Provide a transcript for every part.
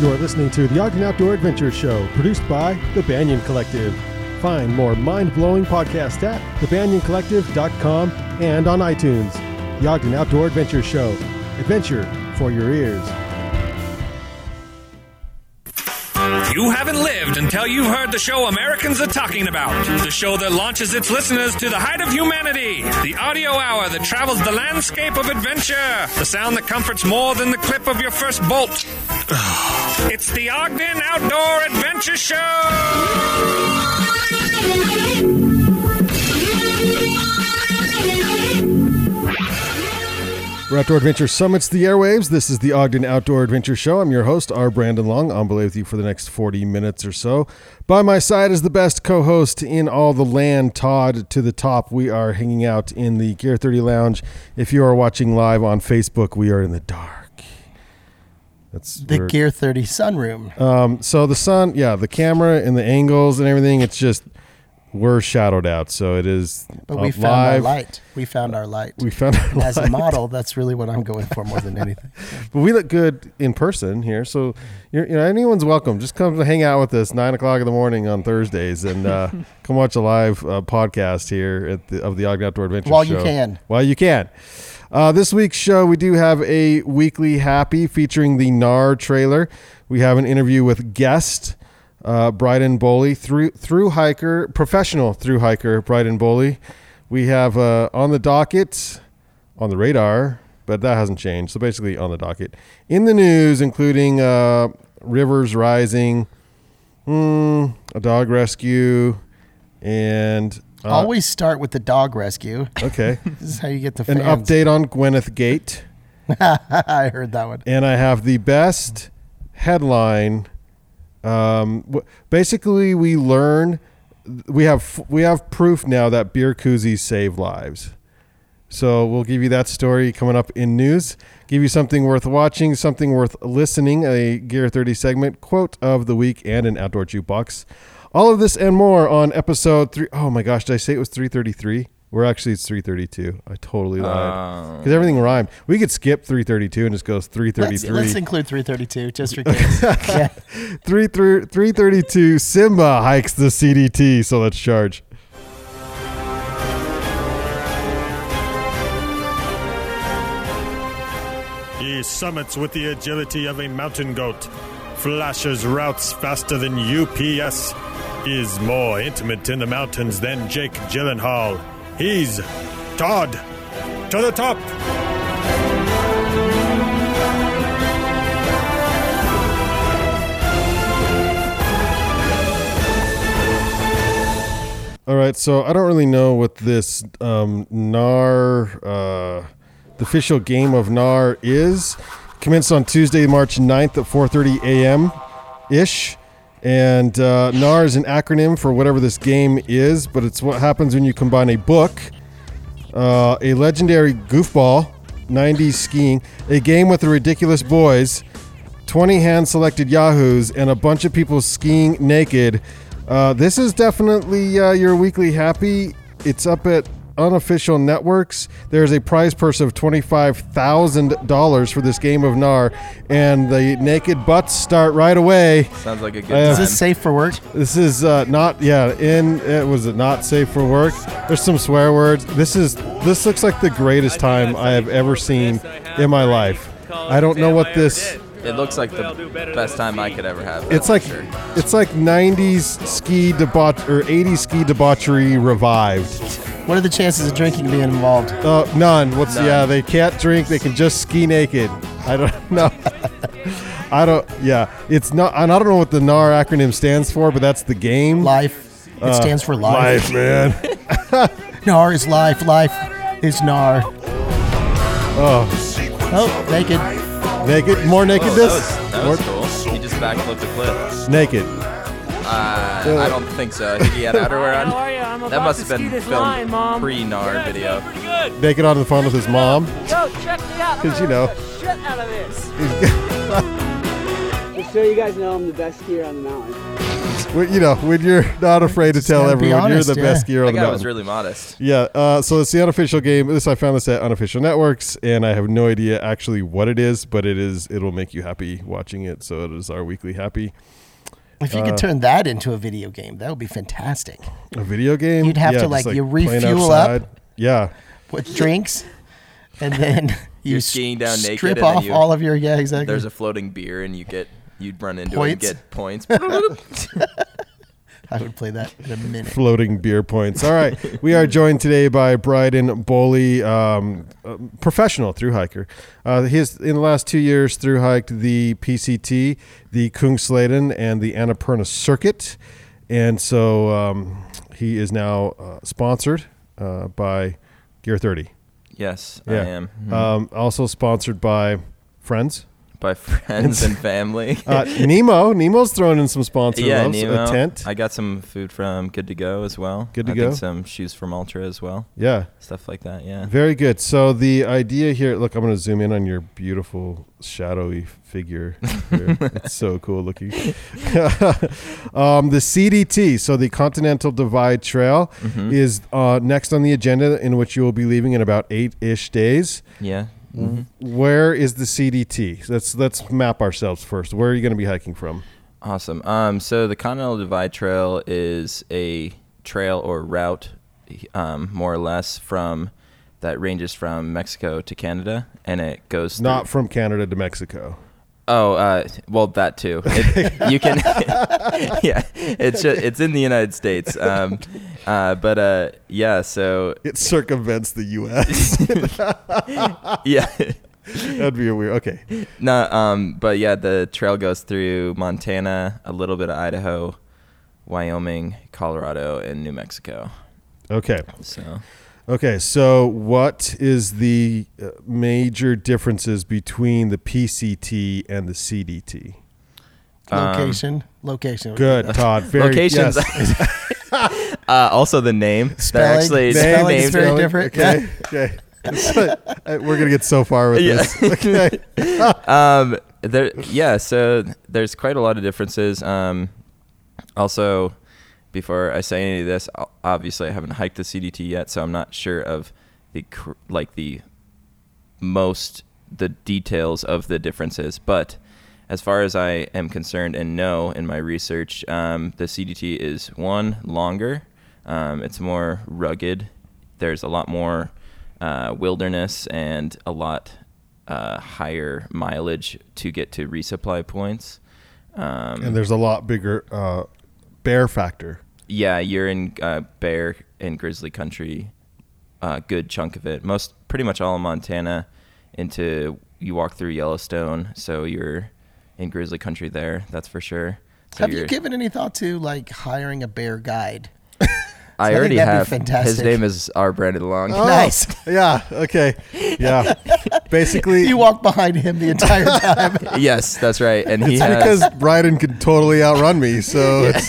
You're listening to the Ogden Outdoor Adventure Show, produced by The Banyan Collective. Find more mind blowing podcasts at thebanyancollective.com and on iTunes. The Ogden Outdoor Adventure Show. Adventure for your ears. You haven't lived until you've heard the show Americans are talking about. The show that launches its listeners to the height of humanity. The audio hour that travels the landscape of adventure. The sound that comforts more than the clip of your first bolt. it's the Ogden Outdoor Adventure Show! We're Outdoor Adventure Summits, the airwaves. This is the Ogden Outdoor Adventure Show. I'm your host, R. Brandon Long. I'll be with you for the next 40 minutes or so. By my side is the best co host in all the land, Todd to the top. We are hanging out in the Gear 30 Lounge. If you are watching live on Facebook, we are in the dark. That's the weird. Gear 30 sunroom. Um, so the sun, yeah, the camera and the angles and everything, it's just we're shadowed out, so it is. But we found live. our light. We found our light. We found our as a model. That's really what I'm going for more than anything. but we look good in person here, so you know anyone's welcome. Just come hang out with us nine o'clock in the morning on Thursdays, and uh, come watch a live uh, podcast here at the, of the Ogden Outdoor Adventure while Show. you can. While you can. Uh, this week's show, we do have a weekly happy featuring the NAR trailer. We have an interview with guest uh, Bryden Boley, through through hiker, professional through hiker Bryden Boley. We have uh, on the docket, on the radar, but that hasn't changed. So basically, on the docket, in the news, including uh, rivers rising, mm, a dog rescue, and uh, always start with the dog rescue. Okay, this is how you get the an fans. update on Gwyneth Gate. I heard that one, and I have the best headline. Um, basically, we learn we have we have proof now that beer koozies save lives. So we'll give you that story coming up in news. Give you something worth watching, something worth listening, a Gear 30 segment, quote of the week, and an outdoor jukebox. All of this and more on episode three. Oh my gosh, did I say it was 333? We're actually it's 332. I totally lied because um, everything rhymed. We could skip 332 and just goes 333. Let's, let's include 332 just for case. yeah. 3, 3, 332 Simba hikes the CDT, so let's charge. He summits with the agility of a mountain goat, flashes routes faster than UPS, is more intimate in the mountains than Jake Gyllenhaal. He's Todd to the top. All right, so I don't really know what this um, NAR, uh, the official game of NAR is. Commenced on Tuesday, March 9th at 4.30 a.m. ish. And uh, NAR is an acronym for whatever this game is, but it's what happens when you combine a book, uh, a legendary goofball, 90s skiing, a game with the ridiculous boys, 20 hand selected Yahoos, and a bunch of people skiing naked. Uh, this is definitely uh, your weekly happy. It's up at unofficial networks. There's a prize purse of $25,000 for this game of NAR, and the naked butts start right away. Sounds like a Oh, good uh, Is this safe for work? This is uh, not, yeah, in, it was it not safe for work? There's some swear words. This is, this looks like the greatest time I have ever seen in my life. I don't know what this. It looks like the best time I could ever have. It's like sure. it's like 90s ski debauch or 80s ski debauchery revived. What are the chances of drinking being involved? Uh, none. What's none. yeah? They can't drink. They can just ski naked. I don't know. I don't. Yeah, it's not. I don't know what the NAR acronym stands for, but that's the game. Life. It uh, stands for Life, life. man. NAR is life. Life is NAR. Oh. Oh, naked. Naked. More nakedness. Oh, that was, that was cool. He just backflipped a clip. Naked. Uh, I don't think so. I think he had outerwear on. How that must have been filmed line, pre-NAR yeah, video. Naked on the phone with his mom. Yo, check me out. Because you know. Shit out of this. Just so you guys know, I'm the best skier on the mountain. When- you know, when you're not afraid to Just tell gotta be everyone honest, you're the yeah. best skier on That the guy mountain. was really modest. yeah, uh, so it's the unofficial game. This I found this at unofficial networks, and I have no idea actually what it is, but it is. It'll make you happy watching it. So it is our weekly happy If you Uh. could turn that into a video game, that would be fantastic. a video game. You'd have Yeah, to, just, like, you playing refuel up. outside. Yeah, With drinks, and then you You're skiing down strip naked and then off you- all of your yeah exactly. There's a floating beer, and you get you'd run into Points. it and get points. I would play that in a minute. floating beer points. All right, we are joined today by Bryden Boley, um, uh, professional through hiker. Uh, his in the last two years through hiked the PCT, the Kungsleden, and the Annapurna Circuit, and so um, he is now uh, sponsored uh, by Gear Thirty. yes, I Yeah. am Hmm. Um, also sponsored by friends. by friends and family. Uh, Nemo, Nemo's thrown in some sponsor yeah, loves, Nemo. a tent. I got some food from Good to Go as well. Good to I think Go. Some shoes from Ultra as well. yeah. Stuff like that. Yeah. Very good. So the idea here, look, I'm going to zoom in on your beautiful shadowy figure. Here. it's so cool looking. um, the CDT, so the Continental Divide Trail, is uh, next on the agenda, in which you will be leaving in about eight ish days. Yeah. Where is the CDT? Let's let's map ourselves first. Where are you going to be hiking from? Awesome. Um, so the Continental Divide Trail is a trail or route, um, more or less, from that ranges from Mexico to Canada, and it goes through- Not from Canada to Mexico. Oh, uh, well, that too. It, you can, yeah. It's ju- it's in the United States. Um, uh, but uh, yeah. So It circumvents the U.S. yeah. That'd be a weird. Okay, No, um, but yeah, the trail goes through Montana, a little bit of Idaho, Wyoming, Colorado, and New Mexico. okay. So Okay, so what is the uh, major differences between the PCT and the CDT? Um, Location, location. Good, Todd. Very, locations. yes. uh, also the name. Spelling. They're actually Name. two Spelling's names. very different. Okay, okay. It's like, uh, We're gonna get so far with Yeah. this. Okay. Um, there, yeah. So there's quite a lot of differences. Um, also, before I say any of this, o- obviously I haven't hiked the CDT yet, so I'm not sure of the cr- like the most the details of the differences. But as far as I am concerned and know in my research, um, the CDT is one longer. Um, it's more rugged. There's a lot more uh, wilderness and a lot uh, higher mileage to get to resupply points. And there's a lot bigger uh, bear factor. yeah, you're in uh, bear and grizzly country, uh, good chunk of it. Most, pretty much all of Montana, into you walk through Yellowstone, so you're in grizzly country there. That's for sure. So Have you you're- given any thought to like hiring a bear guide? I I think already that'd have. be fantastic. Oh. His name is R. Brandon Long. Nice. Oh, Yeah. Okay. Yeah. Basically, You walk behind him the entire time. yes, that's right. And he it's has. because Bryden can totally outrun me. So it's,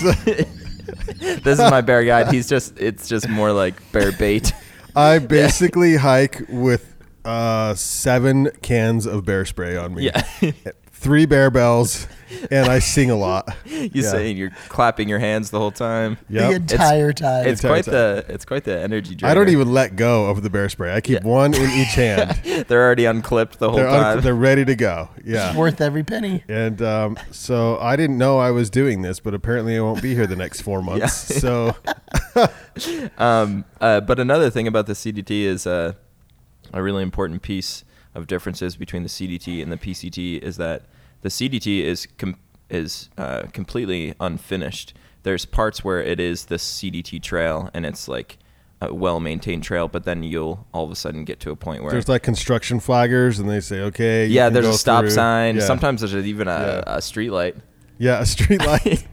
This is my bear guide. He's just. It's just more like bear bait. I basically hike with uh, seven cans of bear spray on me. Yeah. you three bear bells, and I sing a lot. Yeah. saying you're clapping your hands the whole time. Yep. The entire time. It's Entire quite time. the. It's quite the energy drink. I don't even let go of the bear spray. I keep Yeah. one in each hand. They're already unclipped the whole they're, time. un- they're ready to go. It's Yeah. worth every penny. And um, so I didn't know I was doing this, but apparently I won't be here the next four months. So Um, uh, but another thing about the CDT is uh, a really important piece of differences between the CDT and the PCT is that the CDT is com- is uh, completely unfinished. There's parts where it is the CDT trail and it's like a well maintained trail, but then you'll all of a sudden get to a point where there's like construction flaggers, and they say, okay. you yeah, can there's a go stop through. sign. Yeah. Sometimes there's even a, Yeah. a street light. Yeah, a street light.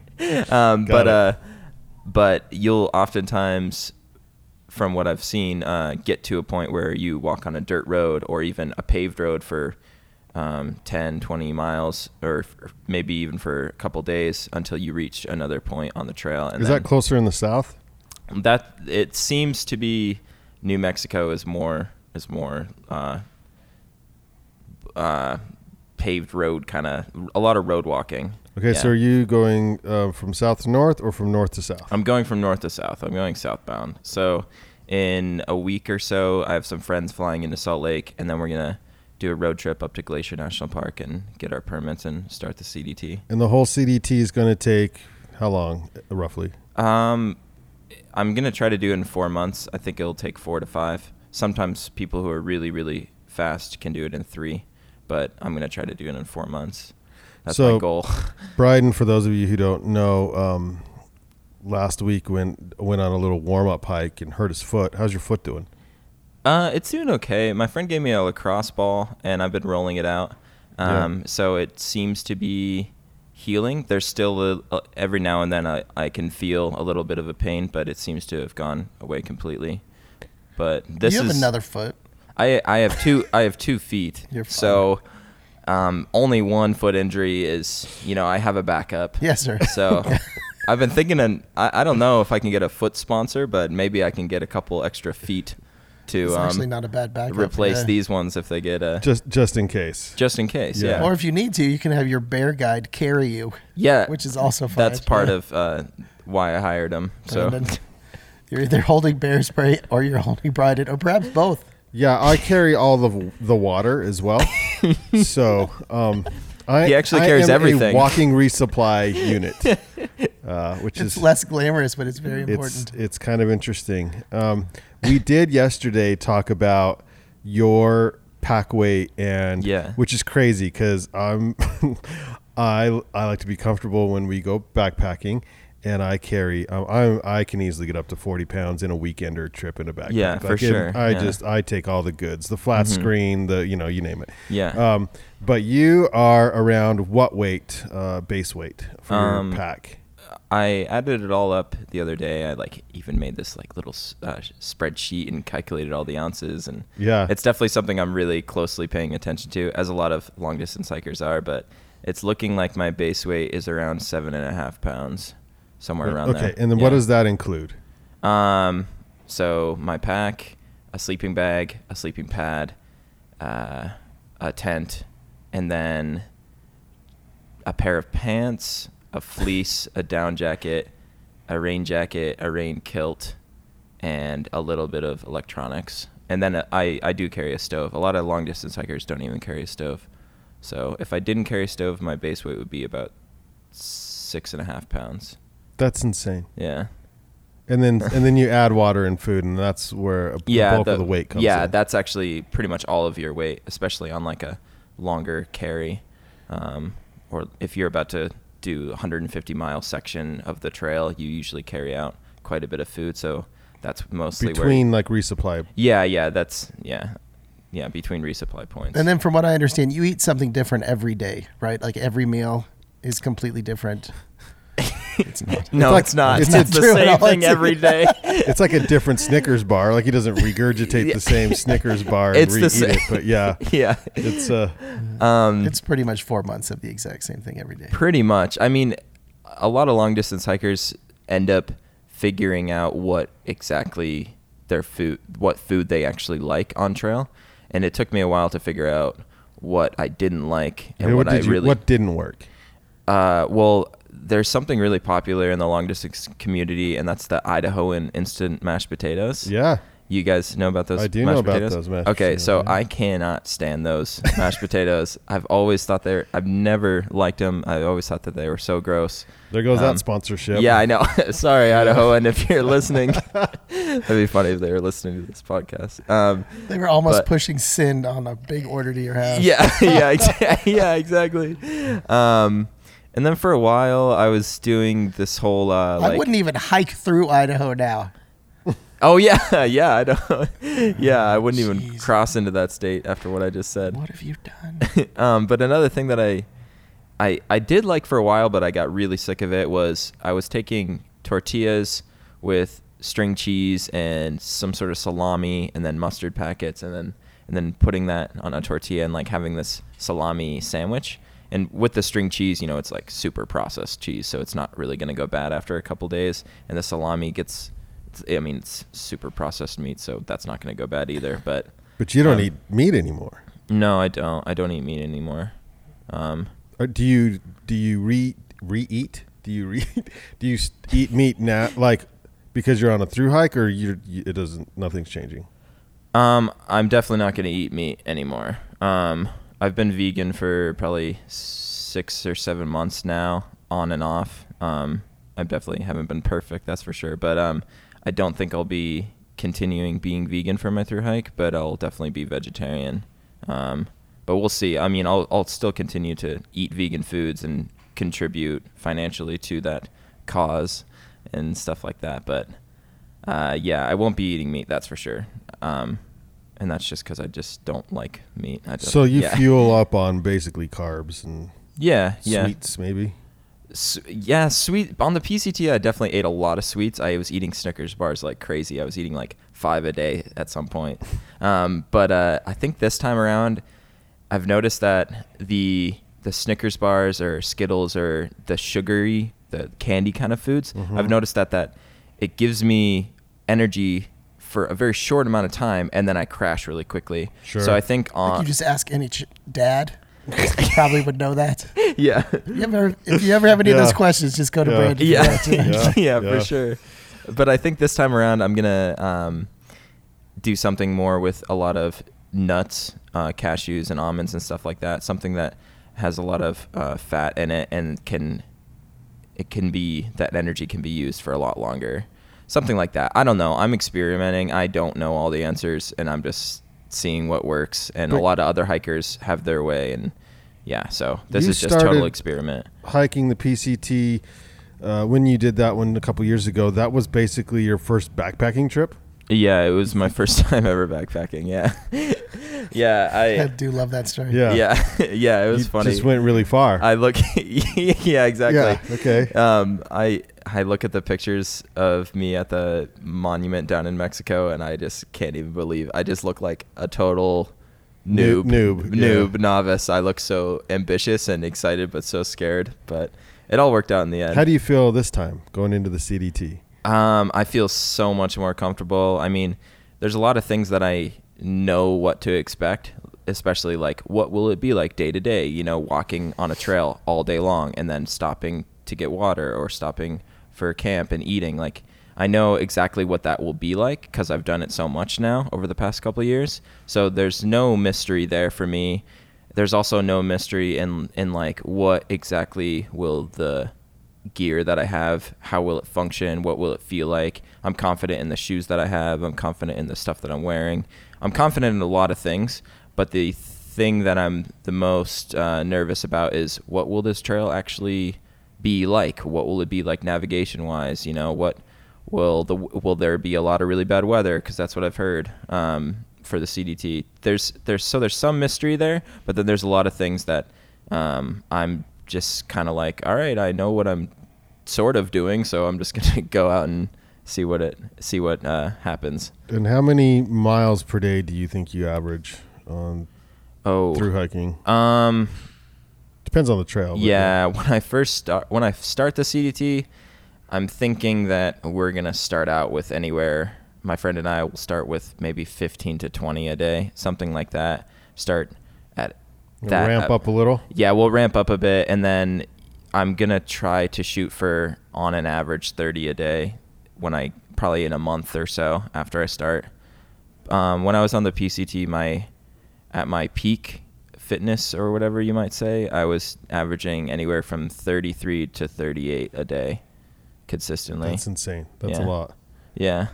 Um, Got but uh, but you'll oftentimes, from what I've seen, uh, get to a point where you walk on a dirt road or even a paved road for um, 10, 20 miles, or f- maybe even for a couple days until you reach another point on the trail. And Is then that closer in the south? that it seems to be New Mexico is more is more uh, uh, paved road kind of a lot of road walking. Okay, so Yeah. are you going uh, from south to north or from north to south? I'm going from north to south. I'm going southbound. So in a week or so, I have some friends flying into Salt Lake, and then we're gonna do a road trip up to Glacier National Park and get our permits and start the CDT. and the whole CDT is going to take how long, uh, roughly? Um, I'm gonna try to do it in four months. I think it'll take four to five. Sometimes people who are really really fast can do it in three, but I'm gonna try to do it in four months. That's So- my goal. Bryden, for those of you who don't know, um, last week went went on a little warm up hike and hurt his foot. How's your foot doing? Uh, it's doing okay. My friend gave me a lacrosse ball, and I've been rolling it out. Um, so it seems to be healing. There's still a, a- every now and then I, I can feel a little bit of a pain, but it seems to have gone away completely. But this you have is another foot. I I have two I have two feet. You're fine. So um, only one foot injury is you know I have a backup. Yes, sir. So I've been thinking, and I, I don't know if I can get a foot sponsor, but maybe I can get a couple extra feet to It's actually um, not a bad backup. replace yeah. these ones if they get a. Just just in case. Just in case, Yeah. yeah, Or if you need to, you can have your bear guide carry you. uh, yeah, which is also fine. That's part of uh, why I hired him. So And then you're either holding bear spray or you're holding Bryden, or perhaps both. Yeah, I carry all the the water as well. so um, I He actually I carries am a everything. walking resupply unit, uh, which It's is less glamorous, but it's very it's important. it's kind of interesting. Um, we did yesterday talk about your pack weight and Yeah. which is crazy because I'm I I like to be comfortable when we go backpacking. And I carry, um, I'm, I can easily get up to 40 pounds in a weekender trip in a backpack. Yeah, for Like, it- sure. I Yeah. Mm-hmm. just, I take all the goods, the flat screen, the, you know, you name it. Yeah. Um, but you are around what weight, uh, base weight for Um, your pack? I added it all up the other day. I like even made this like little s- uh, sh- spreadsheet and calculated all the ounces and Yeah. it's definitely something I'm really closely paying attention to, as a lot of long distance hikers are. But it's looking like my base weight is around seven and a half pounds, somewhere around okay. there. And then what Yeah. does that include? Um, so my pack, a sleeping bag, a sleeping pad, uh, a tent, and then a pair of pants, a fleece, a down jacket, a rain jacket, a rain kilt, and a little bit of electronics. And then uh, I, I do carry a stove. A lot of long distance hikers don't even carry a stove. So if I didn't carry a stove, my base weight would be about six and a half pounds. That's insane. Yeah. And then and then you add water and food, and that's where a, the bulk of the weight comes. Yeah, in. that's actually pretty much all of your weight, especially on like a longer carry, um, or if you're about to do a 150 mile section of the trail, you usually carry out quite a bit of food. So that's mostly where. between like resupply. Yeah, yeah, that's yeah, yeah, between resupply points. And then, from what I understand, you eat something different every day, right? Like every meal is completely different. no, it's like- it's not. it's It's, not the true at same all. thing every day. It's like a different Snickers bar. Like he doesn't regurgitate the same Snickers bar and It's the re-eat sa- it. But yeah, yeah. it's uh, It's pretty much four months of the exact same thing every day. Um, Pretty much. I mean, a lot of long distance hikers end up figuring out what exactly their food, what food they actually like on trail, and it took me a while to figure out what I didn't like and what, what, I did you, really. what didn't work? uh, well, there's something really popular in the long distance community, and that's the Idahoan instant mashed potatoes. Yeah, You guys know about those? I do mashed know about potatoes? those mashed Okay, potatoes, so yeah. I cannot stand those mashed potatoes. I've always thought they're. I've never liked them. I always thought that they were so gross. there goes that Um, sponsorship. Yeah, I know. Sorry, Idaho, and if you're listening, that'd be funny if they were listening to this podcast. Um, They were almost But- pushing sin on a big order to your house. yeah, yeah, ex- yeah, exactly. Um, and then for a while, I was doing this whole. Uh, I like, wouldn't e- even hike through Idaho now. Oh yeah, yeah, I don't. yeah, I wouldn't even Jeez. cross into that state after what I just said. What have you done? um, but another thing that I, I I did like for a while, but I got really sick of it was I was taking tortillas with string cheese and some sort of salami and then mustard packets and then and then putting that on a tortilla and like having this salami sandwich. And with the string cheese, you know, it's like super processed cheese, so it's not really gonna go bad after a couple days. And the salami gets, it's- I mean, it's super processed meat, so that's not gonna go bad either. But but you don't Um, eat meat anymore. no, I don't. I don't eat meat anymore. Um, Or Uh, do you? Do you re? re-eat? Do you re- do you s- eat meat now, like because you're on a through hike, or you're, you it doesn't nothing's changing? Um, I'm definitely not going to eat meat anymore. Um, I've been vegan for probably six or seven months now, on and off. Um, I definitely haven't been perfect, that's for sure. But um, I don't think I'll be continuing being vegan for my through hike, but I'll definitely be vegetarian. Um, but we'll see. I mean, I'll I'll still continue to eat vegan foods and contribute financially to that cause and stuff like that. But uh, yeah, I won't be eating meat. That's for sure. Um, and that's just because I just don't like meat. I don't, So you yeah. fuel up on basically carbs and yeah, yeah, sweets, maybe. S- yeah, sweet. On the PCT, I definitely ate a lot of sweets. I was eating Snickers bars like crazy. I was eating like five a day at some point. Um, but uh, I think this time around, I've noticed that the the Snickers bars or Skittles or the sugary, the candy kind of foods, Mm-hmm. I've noticed that that it gives me energy for a very short amount of time, and then I crash really quickly. Sure. So I think on you just ask any ch- dad. he probably would know that. yeah. You ever, if you ever have any of those Yeah. questions, just go to Yeah. Brandon. for yeah. that, too. yeah, Yeah, yeah. for sure. But I think this time around, I'm gonna um, do something more with a lot of nuts, uh, cashews, and almonds and stuff like that. Something that has a lot of uh, fat in it and can it can be that energy can be used for a lot longer. Something like that. I don't know. I'm experimenting. I don't know all the answers, and I'm just seeing what works. And a lot of other hikers have their way, and yeah. So this You is just total started- experiment. Hiking the PCT uh, when you did that one a couple years ago, that was basically your first backpacking trip. Yeah, it was my first time ever backpacking. Yeah, I yeah, do love that story. Yeah, I, yeah, yeah. It uh, was you funny. Just went really far. I look, yeah, exactly. Yeah, okay. Um, I I look at the pictures of me at the monument down in Mexico, and I just can't even believe. I just look like a total Nu- noob, noob, yeah. noob, novice. I look so ambitious and excited, but so scared. But it all worked out in the end. How do you feel this time going into the CDT? Um, I feel so much more comfortable. I mean, there's a lot of things that I know what to expect, especially like what will it be like day to day, you know, walking on a trail all day long and then stopping to get water or stopping for a camp and eating. Like, I know exactly what that will be like because I've done it so much now over the past couple of years. So there's no mystery there for me. There's also no mystery in in like what exactly will the gear that I have, how will it function, what will it feel like. I'm confident in the shoes that I have, I'm confident in the stuff that I'm wearing. I'm confident in a lot of things, but the thing that I'm the most uh, nervous about is what will this trail actually be like? What will it be like navigation wise? You know, what will the will there be a lot of really bad weather? Because that's what I've heard um, for the CDT. There's there's so there's some mystery there, but then there's a lot of things that um, I'm just kind of like, all right, I know what I'm sort of doing, so I'm just gonna go out and see what it see what uh, happens. And how many miles per day do you think you average on Oh, through hiking? um, Depends on the trail. but- yeah. When I first start when I start the CDT, I'm thinking that we're gonna start out with anywhere. My friend and I will start with maybe 15 to 20 a day, something like that. Start at that uh, ramp up a little. Yeah, we'll ramp up a bit, and then I'm gonna try to shoot for on an average 30 a day when I probably in a month or so after I start. Um, when I was on the PCT, my at my peak fitness or whatever you might say, I was averaging anywhere from 33 to 38 a day consistently. That's insane. That's Yeah. a lot. yeah.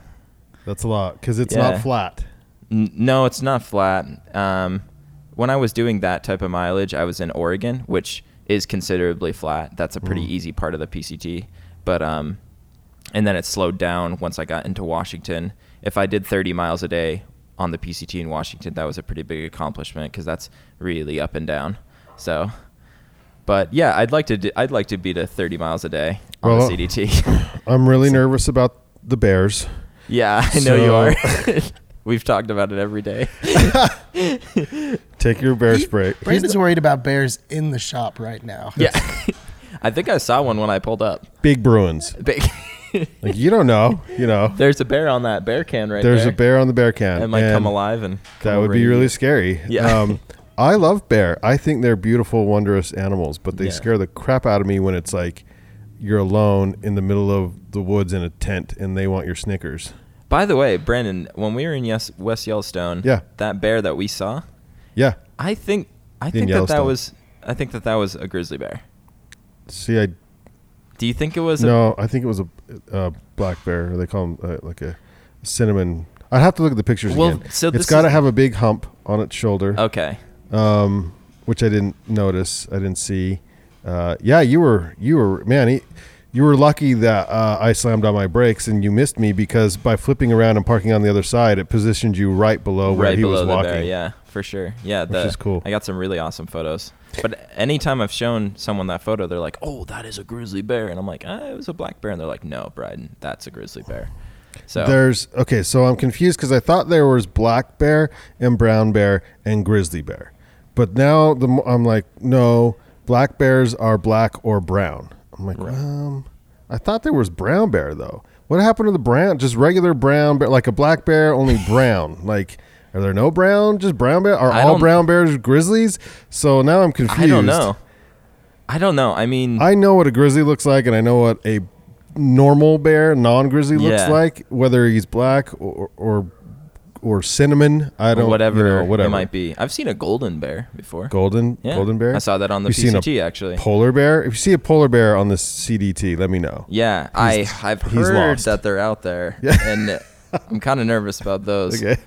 That's a lot because it's Yeah. not flat. N- no, it's not flat. Um, when I was doing that type of mileage, I was in Oregon, which is considerably flat. That's a Mm. pretty easy part of the PCT. But um, and then it slowed down once I got into Washington. If I did 30 miles a day on the PCT in Washington, that was a pretty big accomplishment because that's really up and down. So, but yeah, I'd like to do, I'd like to beat a 30 miles a day on Well- the CDT. I'm really nervous about the Bears. yeah, I know you So- are. We've talked about it every day. Take your bear spray. Brandon's worried about bears in the shop right now. Yeah. I think I saw one when I pulled up. Big Bruins. Big. Like you don't know. You know. There's a bear on that bear can right There's there. a bear on the bear can. That might and come alive and That come would over be and really eat. scary. Um, Yeah. I love bear. I think they're beautiful, wondrous animals, but they Yeah. scare the crap out of me when it's like you're alone in the middle of the woods in a tent and they want your Snickers. By the way, Brandon, when we were in yes, West Yellowstone, Yeah. that bear that we saw, Yeah. I think I think that that Yellowstone. was I think that that was a grizzly bear. See, I Do you think it was? A, no, I think it was a, a black bear. They call them uh, like a cinnamon. I'd have to look at the pictures Well, again. so it's this got to is- have a big hump on its shoulder, okay. um, which I didn't notice. I didn't see. Uh, yeah, you were you were man. He, you were lucky that uh, I slammed on my brakes and you missed me because by flipping around and parking on the other side, it positioned you right below where right he below was the walking. bear. Yeah, for sure. Yeah, Which the, is cool. I got some really awesome photos. But anytime I've shown someone that photo, they're like, "Oh, that is a grizzly bear," and I'm like, ah, "It was a black bear," and they're like, "No, Bryden, that's a grizzly bear." So There's okay, so I'm confused because I thought there was black bear and brown bear and grizzly bear, but now the mo- I'm like, no, black bears are black or brown. I'm like, um, I thought there was brown bear though. What happened to the brown? Just regular brown bear, like a black bear, only brown. like, are there no brown? Just brown bear? Are I all don't- brown bears grizzlies? So now I'm confused. I don't know. I don't know. I mean, I know what a grizzly looks like, and I know what a normal bear, non-grizzly, looks Yeah. like. Whether he's black or or, or cinnamon, I don't whatever, you know, whatever it might be. I've seen a golden bear before. Golden Yeah. golden bear. I saw that on the You've seen a PCT, actually. Polar bear. If you see a polar bear on the CDT, let me know. yeah, I I've he's heard lost. that they're out there, and I'm kind of nervous about those. Okay.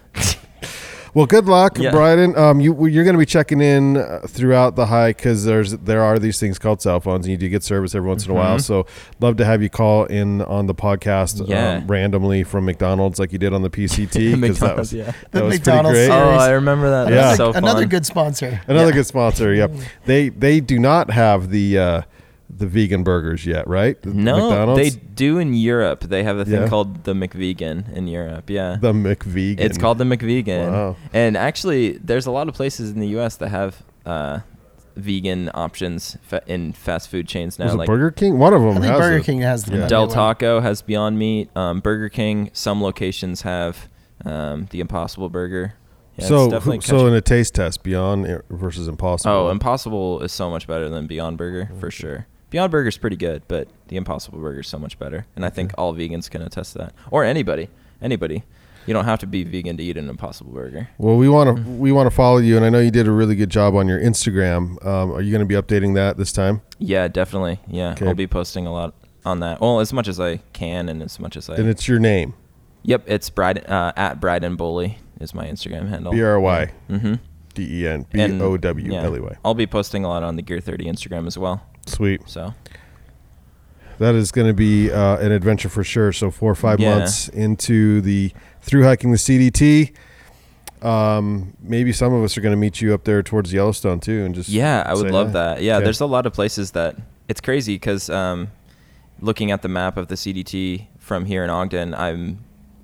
Well, good luck, Yeah. Bryden. Um, you you're going to be checking in uh, throughout the hike because there's there are these things called cell phones, and you do get service every once in a while. Mm-hmm. So, love to have you call in on the podcast Yeah. um, randomly from McDonald's, like you did on the PCT. Because that was McDonald's, yeah. that The was McDonald's pretty great. series. Oh, I remember that. Yeah. That's Another- so fun. Another good sponsor. Another good sponsor. Yep. They they do not have the uh, the vegan burgers yet, right? No, McDonald's? they do in Europe. They have a thing Yeah. called the McVegan in Europe. Yeah. the McVegan. it's called the McVegan. Wow. And actually, there's a lot of places in the U.S. that have uh, vegan options fa- in fast food chains now. Was it like Burger King. One of them I think has Burger it. King has the Yeah. menu Del one. Taco has Beyond Meat. Um, Burger King. Some locations have um, the Impossible Burger. Yeah, so, it's definitely who- so country- in a taste test, Beyond versus Impossible. oh, Impossible is so much better than Beyond Burger for sure. Beyond Burger's pretty good, but the Impossible Burger's so much better. And I think all vegans can attest to that, or anybody, anybody. You don't have to be vegan to eat an Impossible Burger. Well, we want Mm-hmm. to we want to follow you, and I know you did a really good job on your Instagram. Um, are you going to be updating that this time? Yeah, definitely. Yeah, Okay. I'll be posting a lot on that. Well, as much as I can, and as much as I. And it's your name, yep, it's Bride uh, at Bryden Bully is my Instagram handle. B R Y Mm-hmm. D E N B O W L E Y. I'll be posting a lot on the Gear 30 Instagram as well. Sweet. So That is going to be uh, an adventure for sure. So four or five Yeah. months into the through hiking the CDT, um, maybe some of us are going to meet you up there towards Yellowstone too, and just yeah, I would say love hi. that. Yeah, Okay. there's a lot of places that it's crazy because um, looking at the map of the CDT from here in Ogden, I'm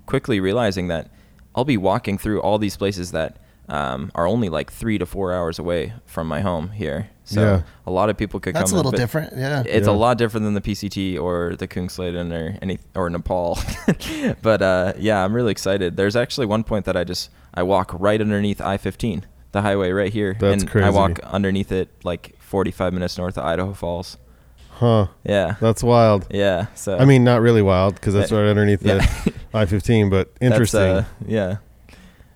quickly realizing that I'll be walking through all these places that um, are only like three to four hours away from my home here. So Yeah. a lot of people could That's a come. and little vi- different. Yeah. It's Yeah. a lot different than the PCT or the Kungsleden or any or Nepal, but uh, yeah, I'm really excited. There's actually one point that I just I walk right underneath I-15, the highway right here, That's and I walk crazy. underneath it like 45 minutes north of Idaho Falls. huh? Yeah, That's wild. yeah. So I mean, not really wild because that's right underneath Yeah. the I fifteen, but interesting. That's, uh, yeah,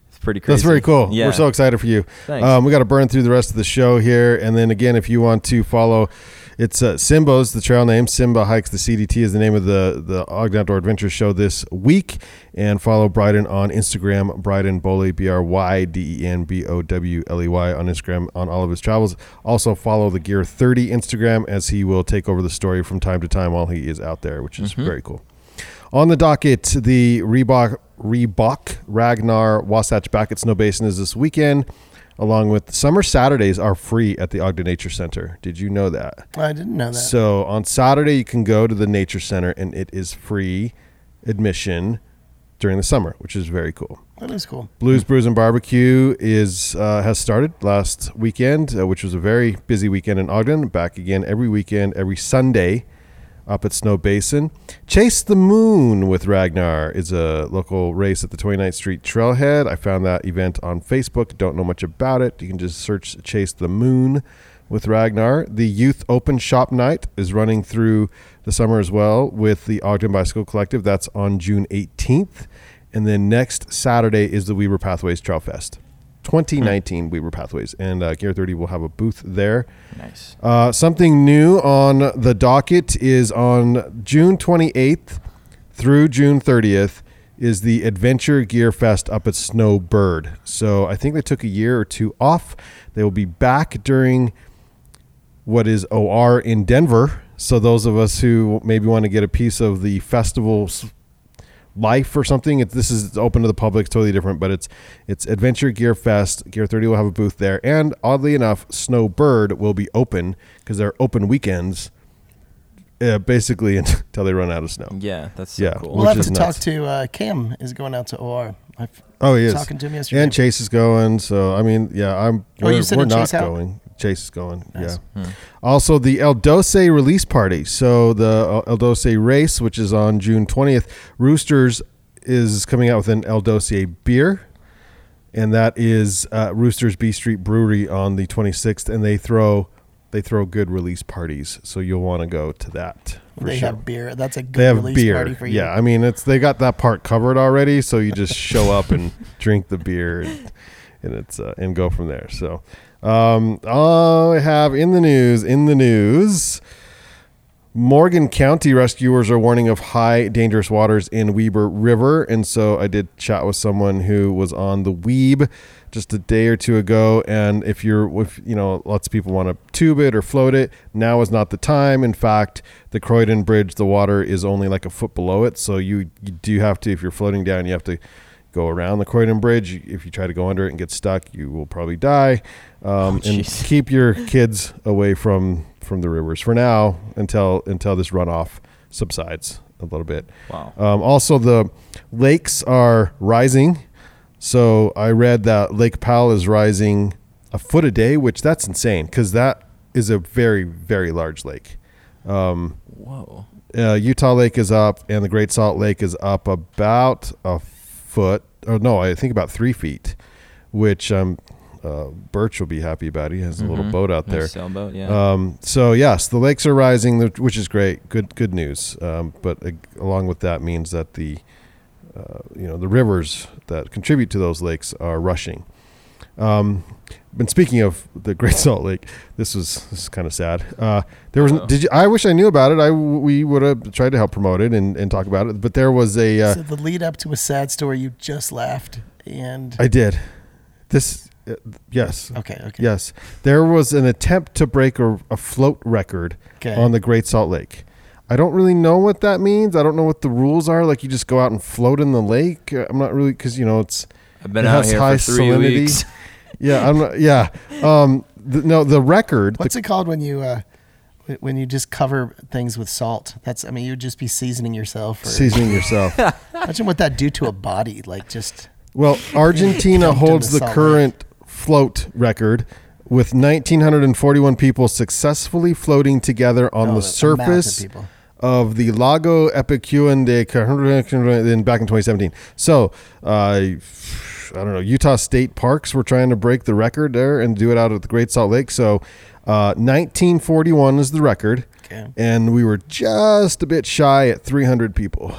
it's pretty crazy. That's very cool. Yeah, We're so excited for you. Thanks. Um, we got to burn through the rest of the show here. And then again, if you want to follow, it's uh, Simbo's, the trail name. Simba Hikes the CDT is the name of the, the Ogden Outdoor Adventure Show this week. And follow Bryden on Instagram, Bryden Boley, B R Y D E N B O W L E Y on Instagram on all of his travels. Also follow the Gear 30 Instagram as he will take over the story from time to time while he is out there, which Mm-hmm. is very cool. On the docket, the Reebok Reebok Ragnar Wasatch back at Snow Basin is this weekend, along with summer Saturdays are free at the Ogden Nature Center. Did you know that? I didn't know that. So on Saturday you can go to the Nature Center and it is free admission during the summer, which is very cool. that is cool. Blues Brews and Barbecue is uh, has started last weekend, uh, which was a very busy weekend in Ogden. Back again every weekend, every Sunday up at Snow Basin. Chase the Moon with Ragnar is a local race at the 29th Street Trailhead. I found that event on Facebook. Don't know much about it. You can just search Chase the Moon with Ragnar. The Youth Open Shop Night is running through the summer as well with the Ogden Bicycle Collective. That's on June 18th. And then next Saturday is the Weaver Pathways Trail Fest. 2019 Weaver Pathways. And uh, Gear 30 will have a booth there. Nice. Uh, something new on the docket is on June 28th through June 30th is the Adventure Gear Fest up at Snowbird. So I think they took a year or two off. They will be back during what is OR in Denver. So those of us who maybe want to get a piece of the festival's life or something, if this is it's open to the public, it's totally different. But it's it's Adventure Gear Fest. Gear Thirty will have a booth there, and oddly enough, Snowbird will be open because they're open weekends, uh, basically until they run out of snow. Yeah, that's so Yeah. cool. Well, We'll Which have is to nuts. talk to uh, Cam. Is going out to OR. I've, Oh, he is Talking to him yesterday. And Chase is going. So I mean, yeah, I'm. Oh, we're you sending we're not Chase out? going. Chase is going. Nice. Hmm. Yeah. Also, the El Doce release party. So the uh, El Doce race, which is on June 20th, Roosters is coming out with an El Doce beer, and that is uh, Roosters B Street Brewery on the 26th, and they throw they throw good release parties. So you'll want to go to that. For they sure have beer. That's a good they have release beer. party for you. Yeah, I mean it's they got that part covered already, so you just show up and drink the beer and, and it's uh, and go from there. So um I have in the news in the news Morgan County rescuers are warning of high dangerous waters in Weber River. And so I did chat with someone who was on the Weeb just a day or two ago. And if you're, if, you know, lots of people want to tube it or float it, now is not the time. In fact, the Croydon Bridge, the water is only like a foot below it. So you, you do have to, if you're floating down, you have to go around the Croydon Bridge. If you try to go under it and get stuck, you will probably die. Um, and jeez. keep your kids away from from the rivers for now until until this runoff subsides a little bit. Wow. Um, also, the lakes are rising. So I read that Lake Powell is rising a foot a day, which that's insane because that is a very very large lake Whoa. uh, Utah Lake is up, and the Great Salt Lake is up about a foot, or no, I think about three feet, which um, uh, Birch will be happy about. He has a little boat out Nice there. sailboat. Yeah. Um, so yes, the lakes are rising, th- which is great. Good, good news. Um, but uh, along with that means that the uh, you know the rivers that contribute to those lakes are rushing. Um, and speaking of the Great Salt Lake, this was this is kind of sad. Uh, there was Uh-oh. did you, I wish I knew about it. I we would have tried to help promote it and, and talk about it. But there was a uh, So the lead up to a sad story you just laughed and I did this uh, yes okay okay Yes, there was an attempt to break a, a float record Okay. on the Great Salt Lake. I don't really know what that means. I don't know what the rules are. Like you just go out and float in the lake. Uh, I'm not really because you know it's I've been it out has here high for three salinity. weeks. yeah. I'm not, yeah. Um, th- no, the record. the- What's it called when you uh, wh- when you just cover things with salt? That's I mean you'd just be seasoning yourself. Or, seasoning yourself. imagine what that do to a body. Like just Well, Argentina Dumped holds in the the Salt current float record with 1,941 people successfully floating together on Oh, the that's a mountain of surface people. of the Lago Epicuan de Carrera in back in 2017. So, uh, I don't know, Utah State Parks were trying to break the record there and do it out at the Great Salt Lake. So, uh, 1941 is the record. Okay. And we were just a bit shy at 300 people.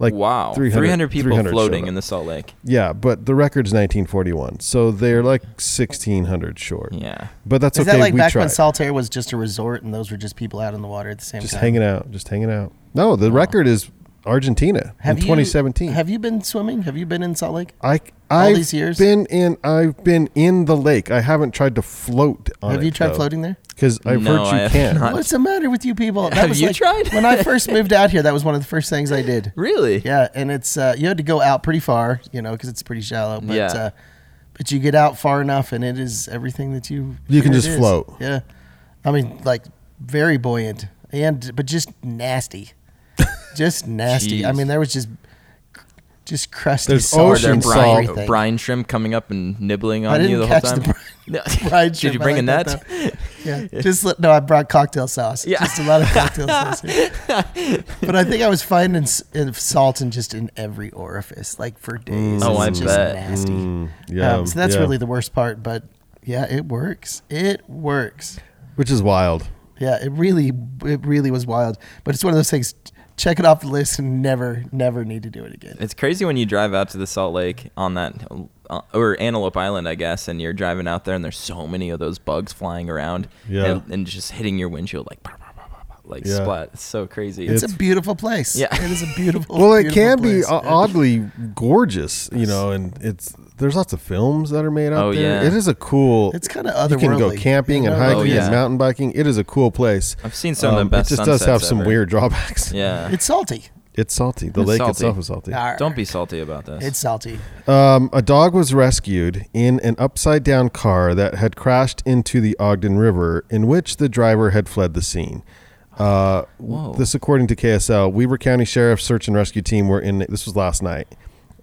Like wow. 300, people 300 showed floating up. in the Salt Lake. Yeah, but the record's 1941, so they're like 1600 short. Yeah. but that's is okay. that like we back tried. when Saltaire was just a resort and those were just people out in the water at the same just time? hanging out, just hanging out. No, the record is Argentina Oh. Have in you- 2017. Have you been swimming? Have you been in Salt Lake? I all I've these years? been in I've been in the lake. I haven't tried to float on Have you tried floating there? Because I've No, heard you I have can. not. What's the matter with you people? That Have was you like- tried? when I first moved out here, that was one of the first things I did. Really? Yeah, and it's uh, you had to go out pretty far, you know, because it's pretty shallow. But Yeah. uh, but you get out far enough, and it is everything that you You can hear it just is. float. Yeah, I mean, like very buoyant and but just nasty, just nasty. I Jeez. mean, there was just just crusty. There's salt Are there Ocean and salt. brine, everything. brine shrimp coming up and nibbling I on you didn't the catch whole time? the brine- No. Brine Did shrimp. you I bring a like net? that, Yeah, just let- no. I brought cocktail sauce. Yeah. just a lot of cocktail sauce. Here. But I think I was finding s- uh, salt in just in every orifice, like for days. Oh, It's I just bet. Nasty. Yeah. Um, so that's yeah. really the worst part. But yeah, it works. It works. which is wild. Yeah, it really, it really was wild. But it's one of those things. Check it off the list and never, never need to do it again. It's crazy when you drive out to the Salt Lake on that, uh, or Antelope Island, I guess, and you're driving out there and there's so many of those bugs flying around Yeah. and, and just hitting your windshield like, pow, pow, pow, pow, pow, like Yeah. splat. It's so crazy. It's, a beautiful place. Yeah. it is a beautiful. Well, it beautiful can be place. o- oddly gorgeous, you know, and it's there's lots of films that are made out Oh, there. yeah. It is a cool. It's kinda You can go otherworldly, camping you and know? hiking Oh, and yeah. mountain biking. It is a cool place. Um, I've seen some of the best It just does have sunsets some ever. weird drawbacks. yeah. It's salty. It's salty. The It's lake salty. itself is salty. Don't be salty about this. It's salty. Um, a dog was rescued in an upside down car that had crashed into the Ogden River, in which the driver had fled the scene. Uh, Whoa. This, according to KSL, Weber County Sheriff's Search and Rescue Team were in. This was last night.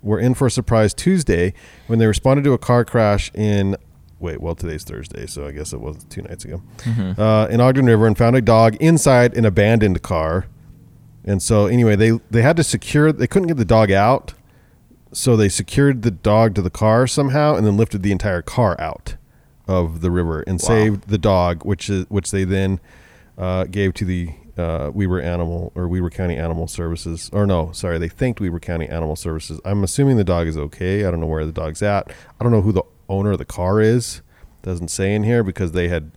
Were in for a surprise Tuesday when they responded to a car crash in. Wait, well, today's Thursday, so I guess it was two nights ago. Uh, in Ogden River, and found a dog inside an abandoned car. And so, anyway, they they had to secure. They couldn't get the dog out, so they secured the dog to the car somehow, and then lifted the entire car out of the river and saved the dog, which is which they then uh, gave to the uh, Weber Animal or Weber County Animal Services. Or no, sorry, they thanked Weber County Animal Services. I'm assuming the dog is okay. I don't know where the dog's at. I don't know who the owner of the car is. Doesn't say in here because they had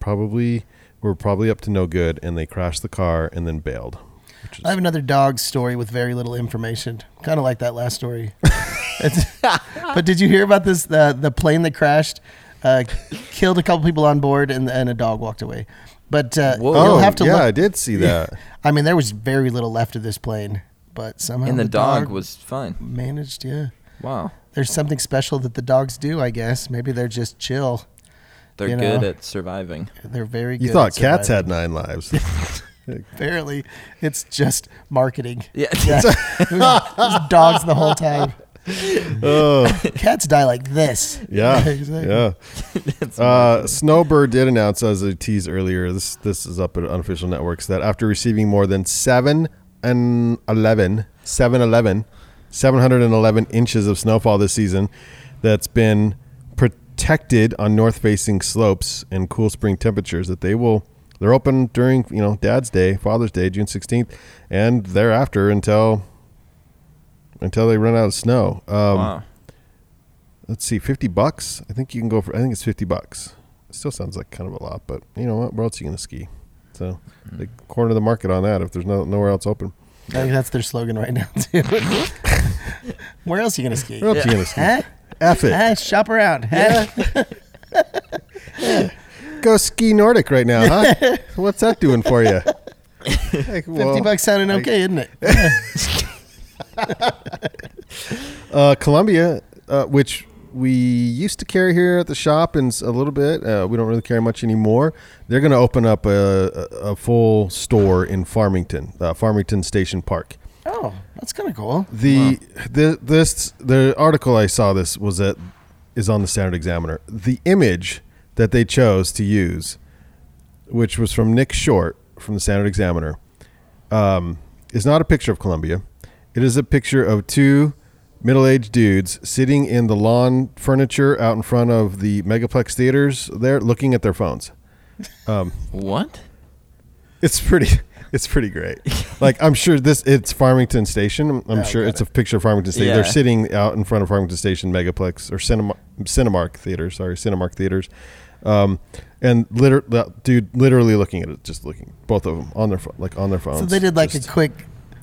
probably were probably up to no good, and they crashed the car and then bailed. Which is I have another dog story with very little information, kind of like that last story. It's- but did you hear about this? The the plane that crashed uh, killed a couple people on board, and and a dog walked away. But uh, Whoa. you'll Oh, have to yeah, I look. did see that. I mean, there was very little left of this plane, but somehow and the, dog, was fine. managed. Yeah, Wow. there's something special that the dogs do. I guess maybe they're just chill. They're You good know. at surviving. They're very. You good thought at cats surviving. had nine lives. Apparently, it's just marketing. Yeah. It was, it was dogs the whole time. Cats die like this. Oh. Yeah, Exactly. yeah. Uh, Snowbird did announce, as a tease earlier, this this is up at unofficial networks, that after receiving more than seven and 11, 711, 711 inches of snowfall this season, that's been protected on north facing slopes and cool spring temperatures, that they will they're open during you know Dad's Day, Father's Day, June sixteenth, and thereafter until until they run out of snow. Um, wow. let's see, fifty bucks. I think you can go for. I think it's fifty bucks. It still sounds like kind of a lot, but you know what? Where else are you gonna ski? So they corner the market on that. If there's no, nowhere else open, I think that's their slogan right now too. Where else are you gonna ski? where else are you gonna ski? Huh? F it. Huh? Shop around. Huh? Go ski Nordic right now, huh? What's that doing for you? Like, well, Fifty bucks sounding okay, isn't it? Uh, Columbia, uh, which we used to carry here at the shop and s- a little bit, uh, we don't really carry much anymore. They're going to open up a, a, a full store in Farmington, uh, Farmington Station Park. Oh, that's kind of cool. the the this the article I saw this was that is on the Standard Examiner. The image that they chose to use, which was from Nick Short from the Standard Examiner, um, is not a picture of Columbia. It is a picture of two middle-aged dudes sitting in the lawn furniture out in front of the Megaplex theaters. There, looking at their phones. What? It's pretty. It's pretty great. Like I'm sure this. It's Farmington Station. I'm, Oh, I'm sure it's a picture of Farmington Station. They're Yeah. sitting out in front of Farmington Station Megaplex or Cinema, Cinemark Theater. Sorry, Cinemark Theaters. Um, and liter- that dude, literally looking at it, just looking both of them on their pho- like on their phones. So they did like Just a quick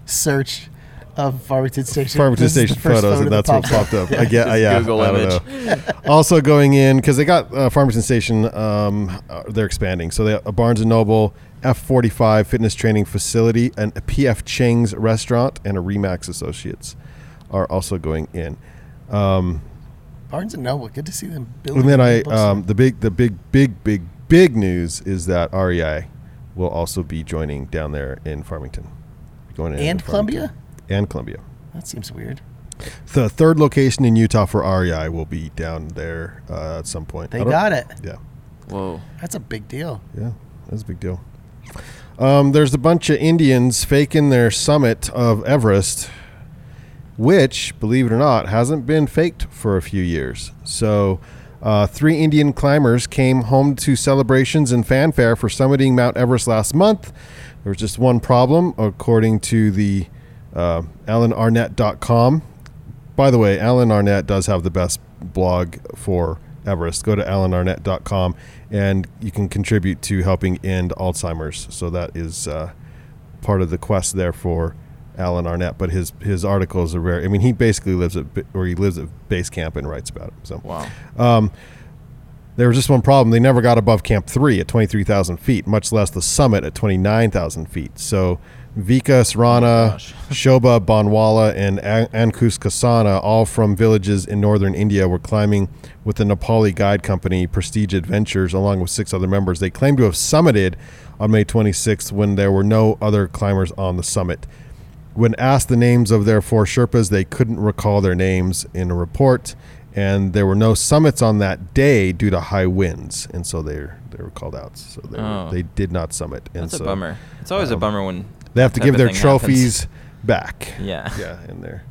search of Farmington Station. Farmington This is the Station first photos, photo and that that's what popped up. popped up. I get, I, yeah, Google I don't know. also going in because they got uh, Farmington Station. Um, uh, they're expanding, so they a Barnes and Noble, F45 fitness training facility, and a PF Chang's restaurant, and a Remax Associates are also going in. Barnes and Noble. Good to see them building. And then I, books. um, the big, the big, big, big, big news is that REI will also be joining down there in Farmington, going in And in Farmington. Columbia? and Columbia. that seems weird. The third E location in Utah for REI will be down there uh, at some point. They I don't- got it. Yeah. Whoa. That's a big deal. Yeah, that's a big deal. Um, there's a bunch of Indians faking their summit of Everest, which, believe it or not, hasn't been faked for a few years. So, uh, three Indian climbers came home to celebrations and fanfare for summiting Mount Everest last month. There was just one problem, according to the uh, AlanArnett.com. By the way, Alan Arnett does have the best blog for Everest. Go to alanarnett.com and you can contribute to helping end Alzheimer's. So that is uh, part of the quest there for Alan Arnett. But his his articles are very. I mean, he basically lives at bi- or he lives at base camp and writes about it. So Wow. there was just one problem. They never got above Camp 3 at 23,000 feet, much less the summit at 29,000 feet. So Vika, Srana, Shoba, Banwala, and An- Ankus Kasana, all from villages in northern India, were climbing with the Nepali guide company Prestige Adventures along with six other members. They claim to have summited on May 26th when there were no other climbers on the summit. When asked the names of their four Sherpas, they couldn't recall their names in a report, and there were no summits on that day due to high winds, and so they they were called out. So they, were- Oh. they did not summit, and That's so a bummer. It's always a bummer when uh, they have to that type give of their thing happens. trophies back. Yeah. yeah, in there.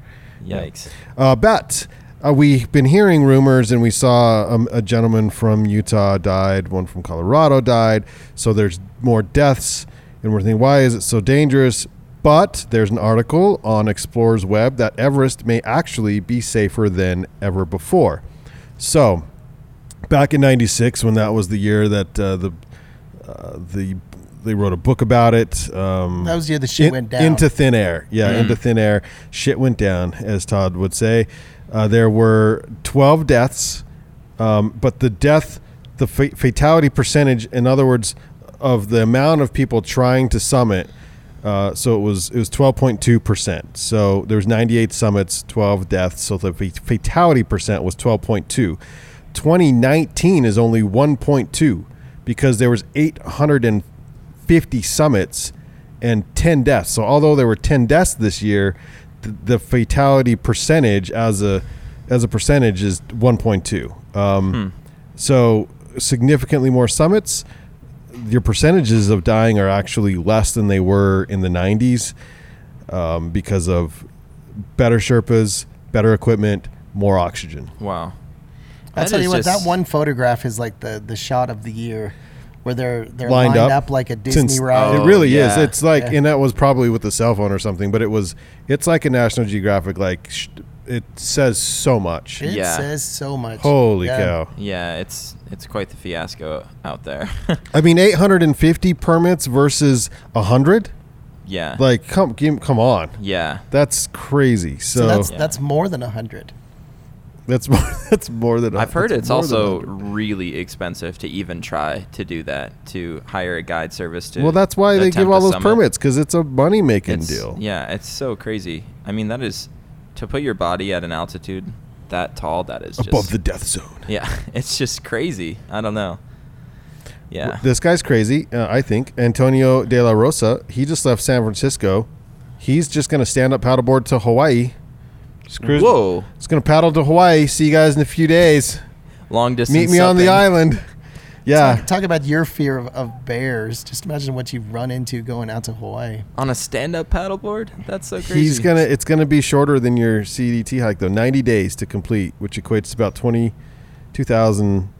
Yikes. Uh, but uh, we've been hearing rumors, and we saw um, a gentleman from Utah died, one from Colorado died. So there's more deaths, and we're thinking, why is it so dangerous? But there's an article on Explorers Web that Everest may actually be safer than ever before. So back in '96, when that was the year that uh, the uh, the they wrote a book about it. Um, That was the year the shit in- went down. Mm. into thin air. Yeah, into thin air. Shit went down, as Todd would say. Uh, there were 12 deaths, um, but the death, the fa- fatality percentage, in other words, of the amount of people trying to summit. Uh, so it was it was 12.2 percent. So there was 98 summits, 12 deaths. So the fa- fatality percent was 12.2. 2019 is only 1.2 because there was 850 summits and 10 deaths. So although there were 10 deaths this year, the, the fatality percentage as a as a percentage is 1.2. Um, So significantly more summits. Your percentages of dying are actually less than they were in the 90s um, because of better Sherpas, better equipment, more oxygen. Wow. I'll That tell is you what, just- that one photograph is like the, the shot of the year where they're they're Lined lined, up. up. like a Disney Since- ride. It really Oh, is. yeah. It's like, Yeah. and that was probably with the cell phone or something, but it was, it's like a National Geographic, like, sh- it says so much. It Oh, Yeah. says so much. Holy Yeah. cow. Yeah, it's it's quite the fiasco out there. I mean, 850 permits versus 100? yeah. Like, come, give- come on. yeah. That's crazy. So So, that's that's more than hundred. that's, that's more, that's more than I've heard that's it's more than also 100. really expensive to even try to do that, to hire a guide service to Well, that's why they give attempt all to those summit. permits because it's a money making It's- deal. Yeah, it's so crazy. I mean, that is to put your body at an altitude that tall, that is just, Above the death zone. Yeah, it's just crazy. I don't know. Yeah. This guy's crazy, uh, I think. Antonio De La Rosa, he just left San Francisco. He's just going to stand up paddleboard to Hawaii. Just cruise- Whoa. Just going to paddle to Hawaii. See you guys in a few days. Long distance. Meet me on the something. island. Yeah. Talk, talk about your fear of, of bears. Just imagine what you run into going out to Hawaii. On a stand up paddleboard? That's so crazy. He's gonna. It's gonna be shorter than your CDT hike though. Ninety days to complete, which equates to about 20, 2,000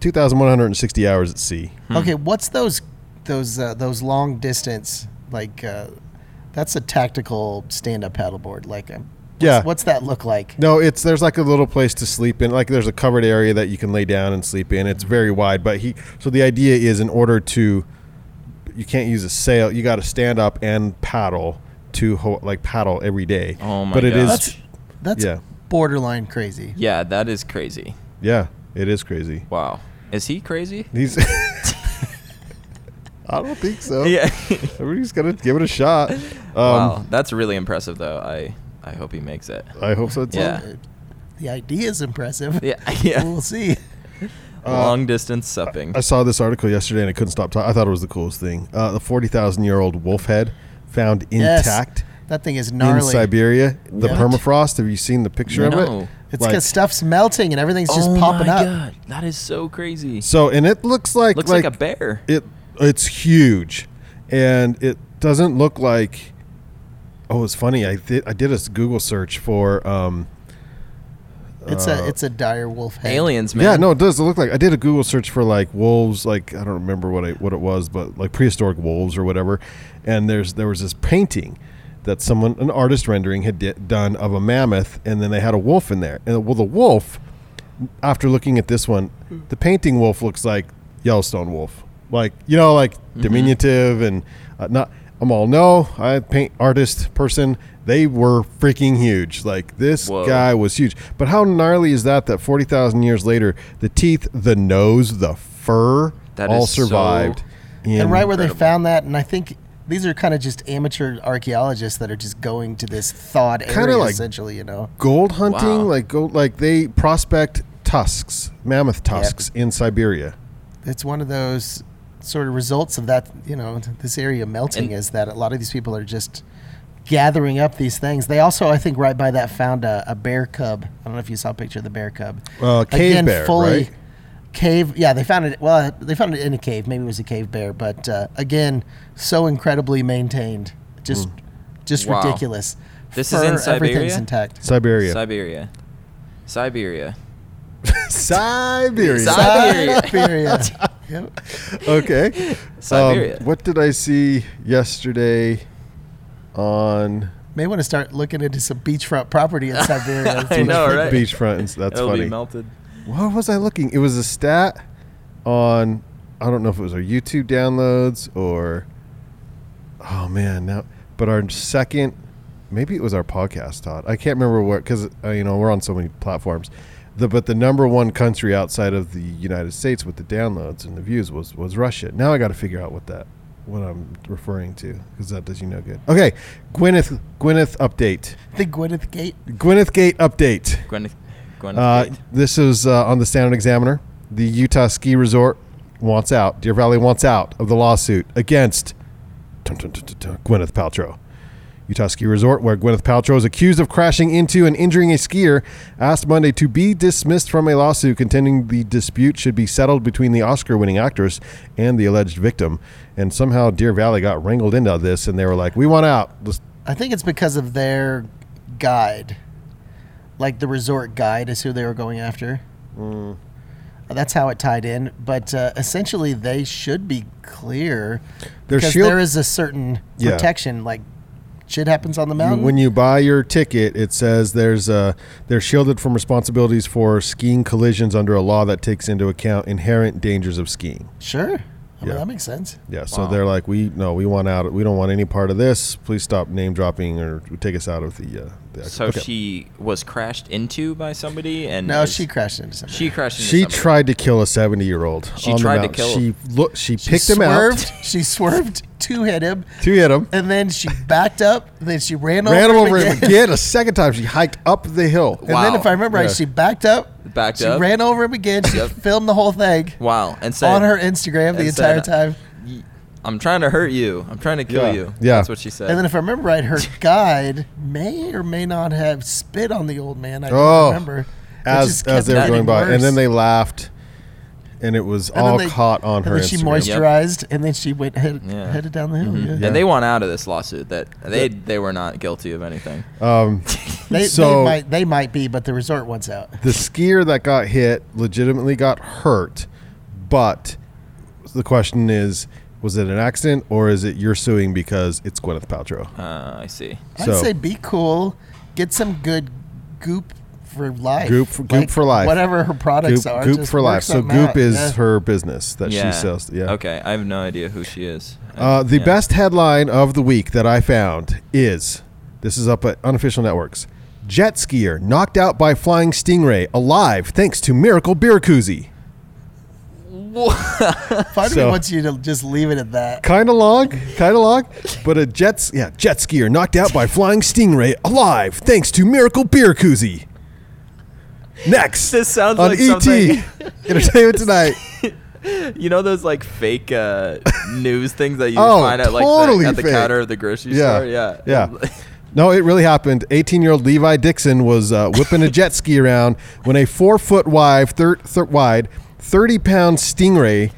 2,160 hours at sea. Hmm. Okay, what's those those uh, those long distance like? Uh, that's a tactical stand up paddleboard. Like, um, what's- Yeah. what's that look like? No, it's there's like a little place to sleep in. Like there's a covered area that you can lay down and sleep in. It's very wide, but he. So the idea is, in order to, you can't use a sail. You got to stand up and paddle to ho- like paddle every day. Oh my But it is, gosh. That's Yeah. borderline crazy. Yeah, that is crazy. yeah, it is crazy. Wow. Is he crazy? He's. I don't think so. Yeah. Everybody's gonna give it a shot. Um, wow. That's really impressive though. I I hope he makes it. I hope so. Too. Yeah. The idea is impressive. Yeah. yeah. We'll see. Uh, Long distance supping. I saw this article yesterday and I couldn't stop talking. I thought it was the coolest thing. Uh, the forty thousand year old wolf head found intact. Yes. That thing is gnarly. in Siberia. The What? permafrost. Have you seen the picture of No. it? It's Like- because stuff's melting and everything's just oh popping my up. god, that is so crazy. So and it looks like Looks like, a bear. it it's huge and it doesn't look like oh it's funny i did i did a google search for um It's Uh, a it's a dire wolf head. Aliens, man. yeah no it does look like i did a google search for like wolves like i don't remember what I, what it was but like prehistoric wolves or whatever and there's there was this painting that someone an artist rendering had di- done of a mammoth and then they had a wolf in there and well the wolf after looking at this one Hmm. the painting wolf looks like yellowstone wolf like you know like Mm-hmm. diminutive and uh, not i'm all no i paint artist person they were freaking huge like this Whoa. guy was huge but how gnarly is that that 40000 years later the teeth the nose the fur That all is so- survived And right where they Incredible. found that, and I think these are kind of just amateur archaeologists that are just going to this thawed area, like- essentially. You know, gold hunting Wow. like gold like they prospect tusks mammoth tusks in siberia it's one of those sort of results of that. You know, this area melting And- is that a lot of these people are just gathering up these things. They also, I think, right by that found a, a bear cub. I don't know if you saw a picture of the bear cub. Uh, cave bear, right? Cave, yeah, they found it. Well, they found it in a cave. Maybe it was a cave bear, but uh, again, so incredibly maintained, just, just Hmm. Wow. ridiculous. This is in Fur, Everything's Siberia? intact. siberia Siberia. Siberia. siberia, Siberia. Siberia. Yep. okay Siberia. Um, what did I see yesterday on May want to start looking into some beachfront property in Siberia. I know, right? beachfront? And s- That's It'll funny. be melted. what was I looking? It was a stat on I don't know if it was our YouTube downloads or oh man, now but our second maybe it was our podcast, Todd. I can't remember where because uh, you know we're on so many platforms. The, but the number one country outside of the United States with the downloads and the views was was Russia. Now I got to figure out what that what I'm referring to because that does you no good. Okay, Gwyneth Gwyneth update. The Gwyneth Gate. Gwyneth Gate update. Gwyneth, Gwyneth Uh, Gate. this is uh, on the Standard Examiner. The Utah Ski Resort wants out. Deer Valley wants out of the lawsuit against dun, dun, dun, dun, dun, Gwyneth Paltrow. Utah Ski Resort, where Gwyneth Paltrow is accused of crashing into and injuring a skier, asked Monday to be dismissed from a lawsuit contending the dispute should be settled between the Oscar winning actress and the alleged victim. And somehow Deer Valley got wrangled into this and they were like, we want out. Let's- I think it's because of their guide, like the resort guide is who they were going after. Mm. That's how it tied in. But uh, essentially, they should be clear Their because shield- there is a certain Yeah. protection. Like shit happens on the You- mountain. when you buy your ticket, it says there's a they're shielded from responsibilities for skiing collisions under a law that takes into account inherent dangers of skiing. sure, I Yeah. mean that makes sense. Yeah, so they're like, we no, we want out. We don't want any part of this. Please stop name dropping or take us out of the. Uh, the So Okay. she was crashed into by somebody, and No, is- she crashed into something. she crashed. Into She somebody. tried to kill a seventy-year-old. She tried to kill- She look. She, picked him swerved. out. She swerved to hit him, To hit him. and then she backed up. Then she ran, Ran him over him again. again a second time. She hiked up the hill. Wow. And then, if I remember Yeah. right, she backed up, Backed she up. ran over him again. She Yep. filmed the whole thing Wow, and said on her Instagram the and entire said, time. I'm trying to hurt you. I'm trying to kill Yeah. you. Yeah. That's what she said. And then, if I remember right, her guide may or may not have spit on the old man. I don't Oh. remember. It As just as kept they were getting going by, and then worse. they laughed, and it was And then all they- caught on and her. then she Instagram. Mm-hmm. moisturized, and then she went head, Yeah. headed down the hill. Yeah. And they want out of this lawsuit. That they they were not guilty of anything. Oh. They, So- they might they might be, but the resort one's out. the skier that got hit legitimately got hurt, but the question is, was it an accident or is it you're suing because it's Gwyneth Paltrow? Uh, I see. So- I'd say be cool, get some good goop for life. Goop for- goop for life. Whatever her products Goop, are. Goop just for work life. So something Goop out, is yeah. her business that Yeah. she sells. Yeah. Okay. I have no idea who she is. Uh, the Yeah. best headline of the week that I found is this is up at unofficial networks. Jet skier knocked out by flying stingray alive thanks to miracle beer koozie. Part of So- me wants you to just leave it at that. kind of long, kind of long, but a jets yeah jet skier knocked out by flying stingray alive thanks to miracle beer koozie. Next, This sounds on E like ET something- Entertainment Tonight. You know those like fake uh, news things that you Oh, find at like totally the, at the fake. counter of the grocery Yeah, store. Yeah. yeah. No, it really happened. 18 year old Levi Dixon was uh, whipping a jet ski around when a four foot wide, thir- thir- wide 30 pound stingray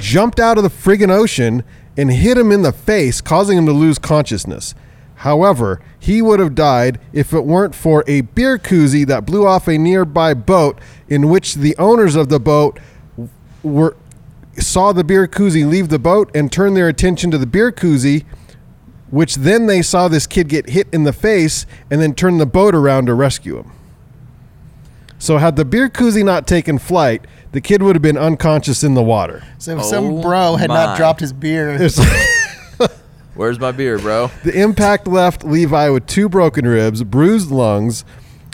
jumped out of the friggin' ocean and hit him in the face, causing him to lose consciousness. However, he would have died if it weren't for a beer koozie that blew off a nearby boat in which the owners of the boat w- were saw the beer koozie leave the boat and turn their attention to the beer koozie which then they saw this kid get hit in the face and then turn the boat around to rescue him. So had the beer koozie not taken flight, the kid would have been unconscious in the water. So if Oh some bro had my. not dropped his beer, It's- Where's my beer, bro? the impact left Levi with two broken ribs, bruised lungs,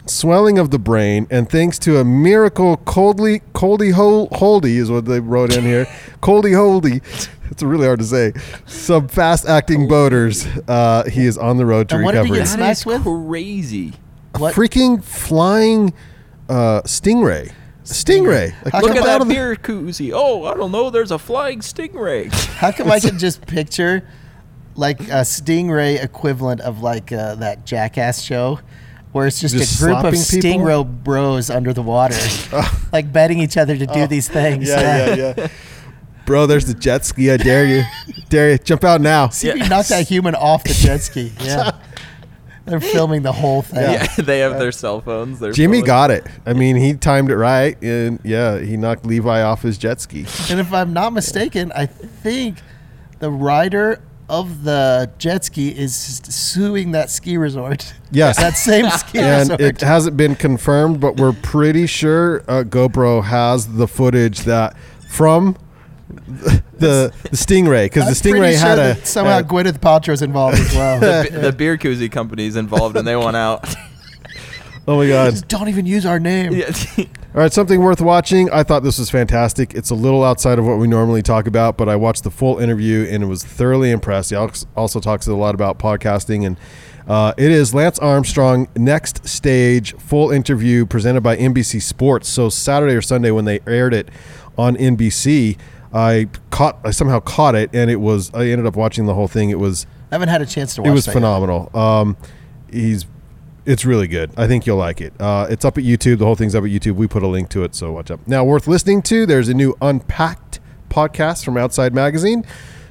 swelling of the brain, and thanks to a miracle, coldly coldy hol- holdy is what they wrote in here. coldy holdy. It's really hard to say. Some fast-acting boaters. Uh, he is on the road to And what did he recovery. get Smacked with? crazy. what? freaking flying uh, stingray. Stingray. Like, How jump Look at out that of the- beer koozie. Oh, I don't know. There's a flying stingray. How come I could just picture like a stingray equivalent of like uh, that Jackass show? Where it's just, Just a group of slapping people? stingray bros under the water, like betting each other to do these things. Oh. Yeah, yeah, yeah. Bro, there's the jet ski. I dare you. dare you. Jump out now. See if you knock that human off the jet ski. Yeah, they're filming the whole thing. yeah, they have their cell phones. They're Jimmy filming- got it. I mean, he timed it right. And yeah, he knocked Levi off his jet ski. And if I'm not mistaken, I think the rider of the jet ski is suing that ski resort. Yes. that same ski and resort. it hasn't been confirmed, but we're pretty sure uh, GoPro has the footage that from the the stingray because I'm the pretty stingray had sure a uh, that somehow a- Gwyneth Paltrow's involved as well. The, the beer koozie company's involved, and they want out. oh my god Just don't even use our name. Yeah. All right, something worth watching. I thought this was fantastic. It's a little outside of what we normally talk about, but I watched the full interview and was thoroughly impressed. He al- also talks a lot about podcasting, and uh, it is Lance Armstrong Next Stage full interview presented by NBC Sports. So Saturday or Sunday when they aired it on NBC, I caught I somehow caught it, and it was I ended up watching the whole thing. It was I haven't had a chance to watch it was that yet. phenomenal. Um, he's it's really good. I think you'll like it. Uh, it's up at YouTube. The whole thing's up at YouTube. We put a link to it, so watch out. Now, worth listening to. There's a new Unpacked podcast from Outside Magazine.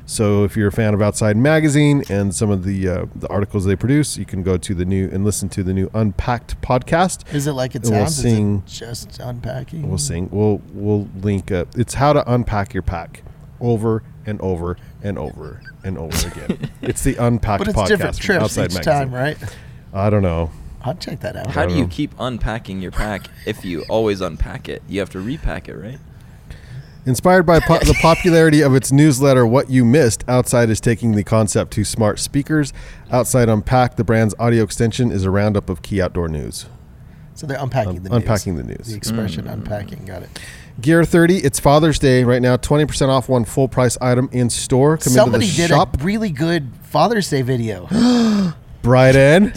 So if you're a fan of Outside Magazine and some of the uh, the articles they produce, you can go to the new and listen to the new Unpacked podcast. Is it like it And we'll sounds? Is it sing- just unpacking? We'll sing. We'll we'll link up. It's how to unpack your pack over and over and over and over again. it's the Unpacked but it's podcast different from trips Outside each Magazine. time, right? I don't know. I'll check that out. How do you keep unpacking your pack if you always unpack it? You have to repack it, right? Inspired by po- the popularity of its newsletter, What You Missed, Outside is taking the concept to smart speakers. Outside Unpacked, the brand's audio extension, is a roundup of key outdoor news. So they're unpacking Um, the news. unpacking the news. The expression unpacking. Got it. Gear 30, it's Father's Day right now. 20% off one full price item in store. Come Somebody into the did shop. a really good Father's Day video. I Brighton.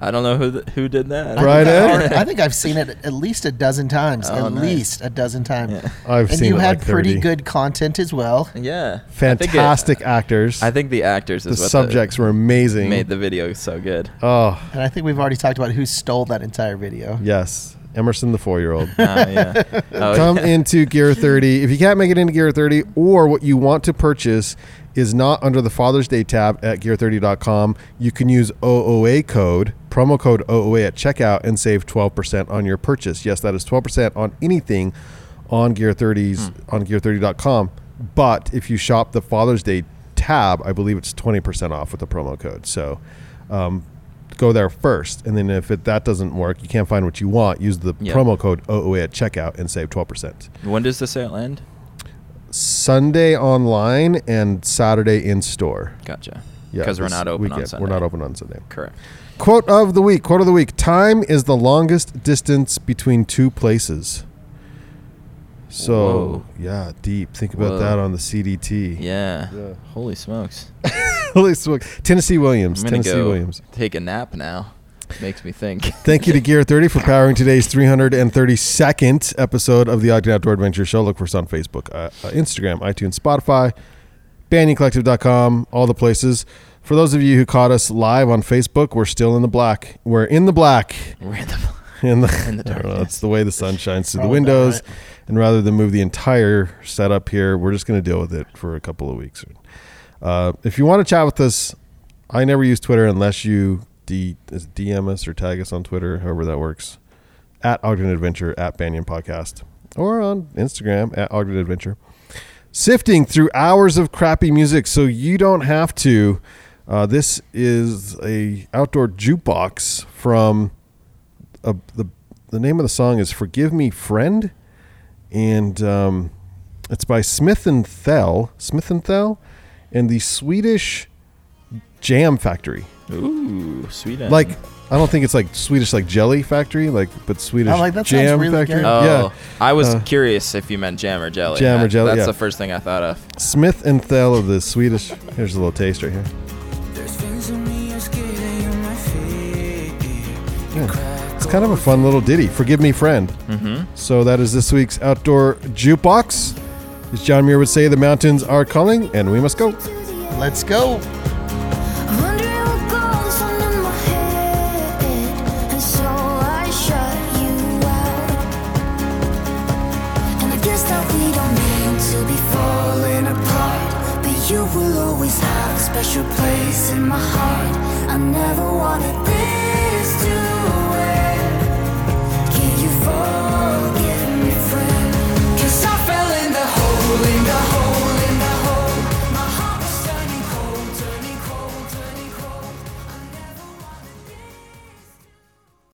I don't know who th- who did that. Right. think I've Ed? already- I think I've seen it at least a dozen times. Oh, at nice. least a dozen times. I've and seen you it had like pretty 30. good content as well. Yeah. I think it- Fantastic actors. I think the actors the is what subjects were amazing. made the video so good. oh, And I think we've already talked about who stole that entire video. yes. Emerson, the four year old. Ah, yeah. Oh, come yeah. into Gear 30. If you can't make it into Gear 30 or what you want to purchase is not under the Father's Day tab at gear30.com, you can use OOA code, promo code OOA at checkout and save 12% on your purchase. Yes, that is 12% on anything on Gear 30's Hmm. on gear30.com. But if you shop the Father's Day tab, I believe it's 20% off with the promo code. So, um, go there first and then if it, that doesn't work you can't find what you want use the Yeah. promo code OOA at checkout and save 12%. When does the sale end? Sunday online and Saturday in store. Gotcha. Yeah, Because we're this not open on weekend. Sunday. We're not open on Sunday. Correct. Quote of the week. Quote of the week. Time is the longest distance between two places. So Whoa. yeah, deep. Think about Whoa. that on the CDT. Yeah. Yeah. Holy smokes. Holy smoke. Tennessee Williams. I'm gonna Tennessee go Williams. take a nap now. Makes me think. Thank you to Gear 30 for powering today's 332nd episode of the Ogden Outdoor Adventure Show. Look for us on Facebook, uh, uh, Instagram, iTunes, Spotify, BanyonCollective.com, all the places. For those of you who caught us live on Facebook, we're still in the black. We're in the black. We're in the In the, In the I don't know, darkness. it's the way the sun shines through the Probably about windows. right. And rather than move the entire setup here, we're just going to deal with it for a couple of weeks. Uh, if you want to chat with us, I never use Twitter unless you D, is it DM us or tag us on Twitter, however that works. At Ogden Adventure, at Banyan Podcast, or on Instagram at Ogden Adventure sifting through hours of crappy music so you don't have to. Uh, this is a outdoor jukebox from a, the the name of the song is "Forgive Me, Friend," and um, it's by Smith and Thel, Smith and Thel, and the Swedish Jam Factory. Ooh, sweet. end. Like, I don't think it's like Swedish like Jelly Factory, like but Swedish I like- that sounds Jam really Factory. good. oh, Yeah, I was Uh, curious if you meant jam or jelly. Jam or That- jelly, That's yeah. the first thing I thought of. Smith and Thel of the Swedish. Here's a little taste right here. There's things in me are skating on my feet. It's kind of a fun little ditty. Forgive me, friend. Mm-hmm. So that is this week's outdoor jukebox. As John Muir would say, the mountains are calling, and we must go. Let's go. Wondering what goes on in my head, and so I shut you out. And I guess that we don't mean to be falling apart, but you will always have a special place in my heart. I never wanted this to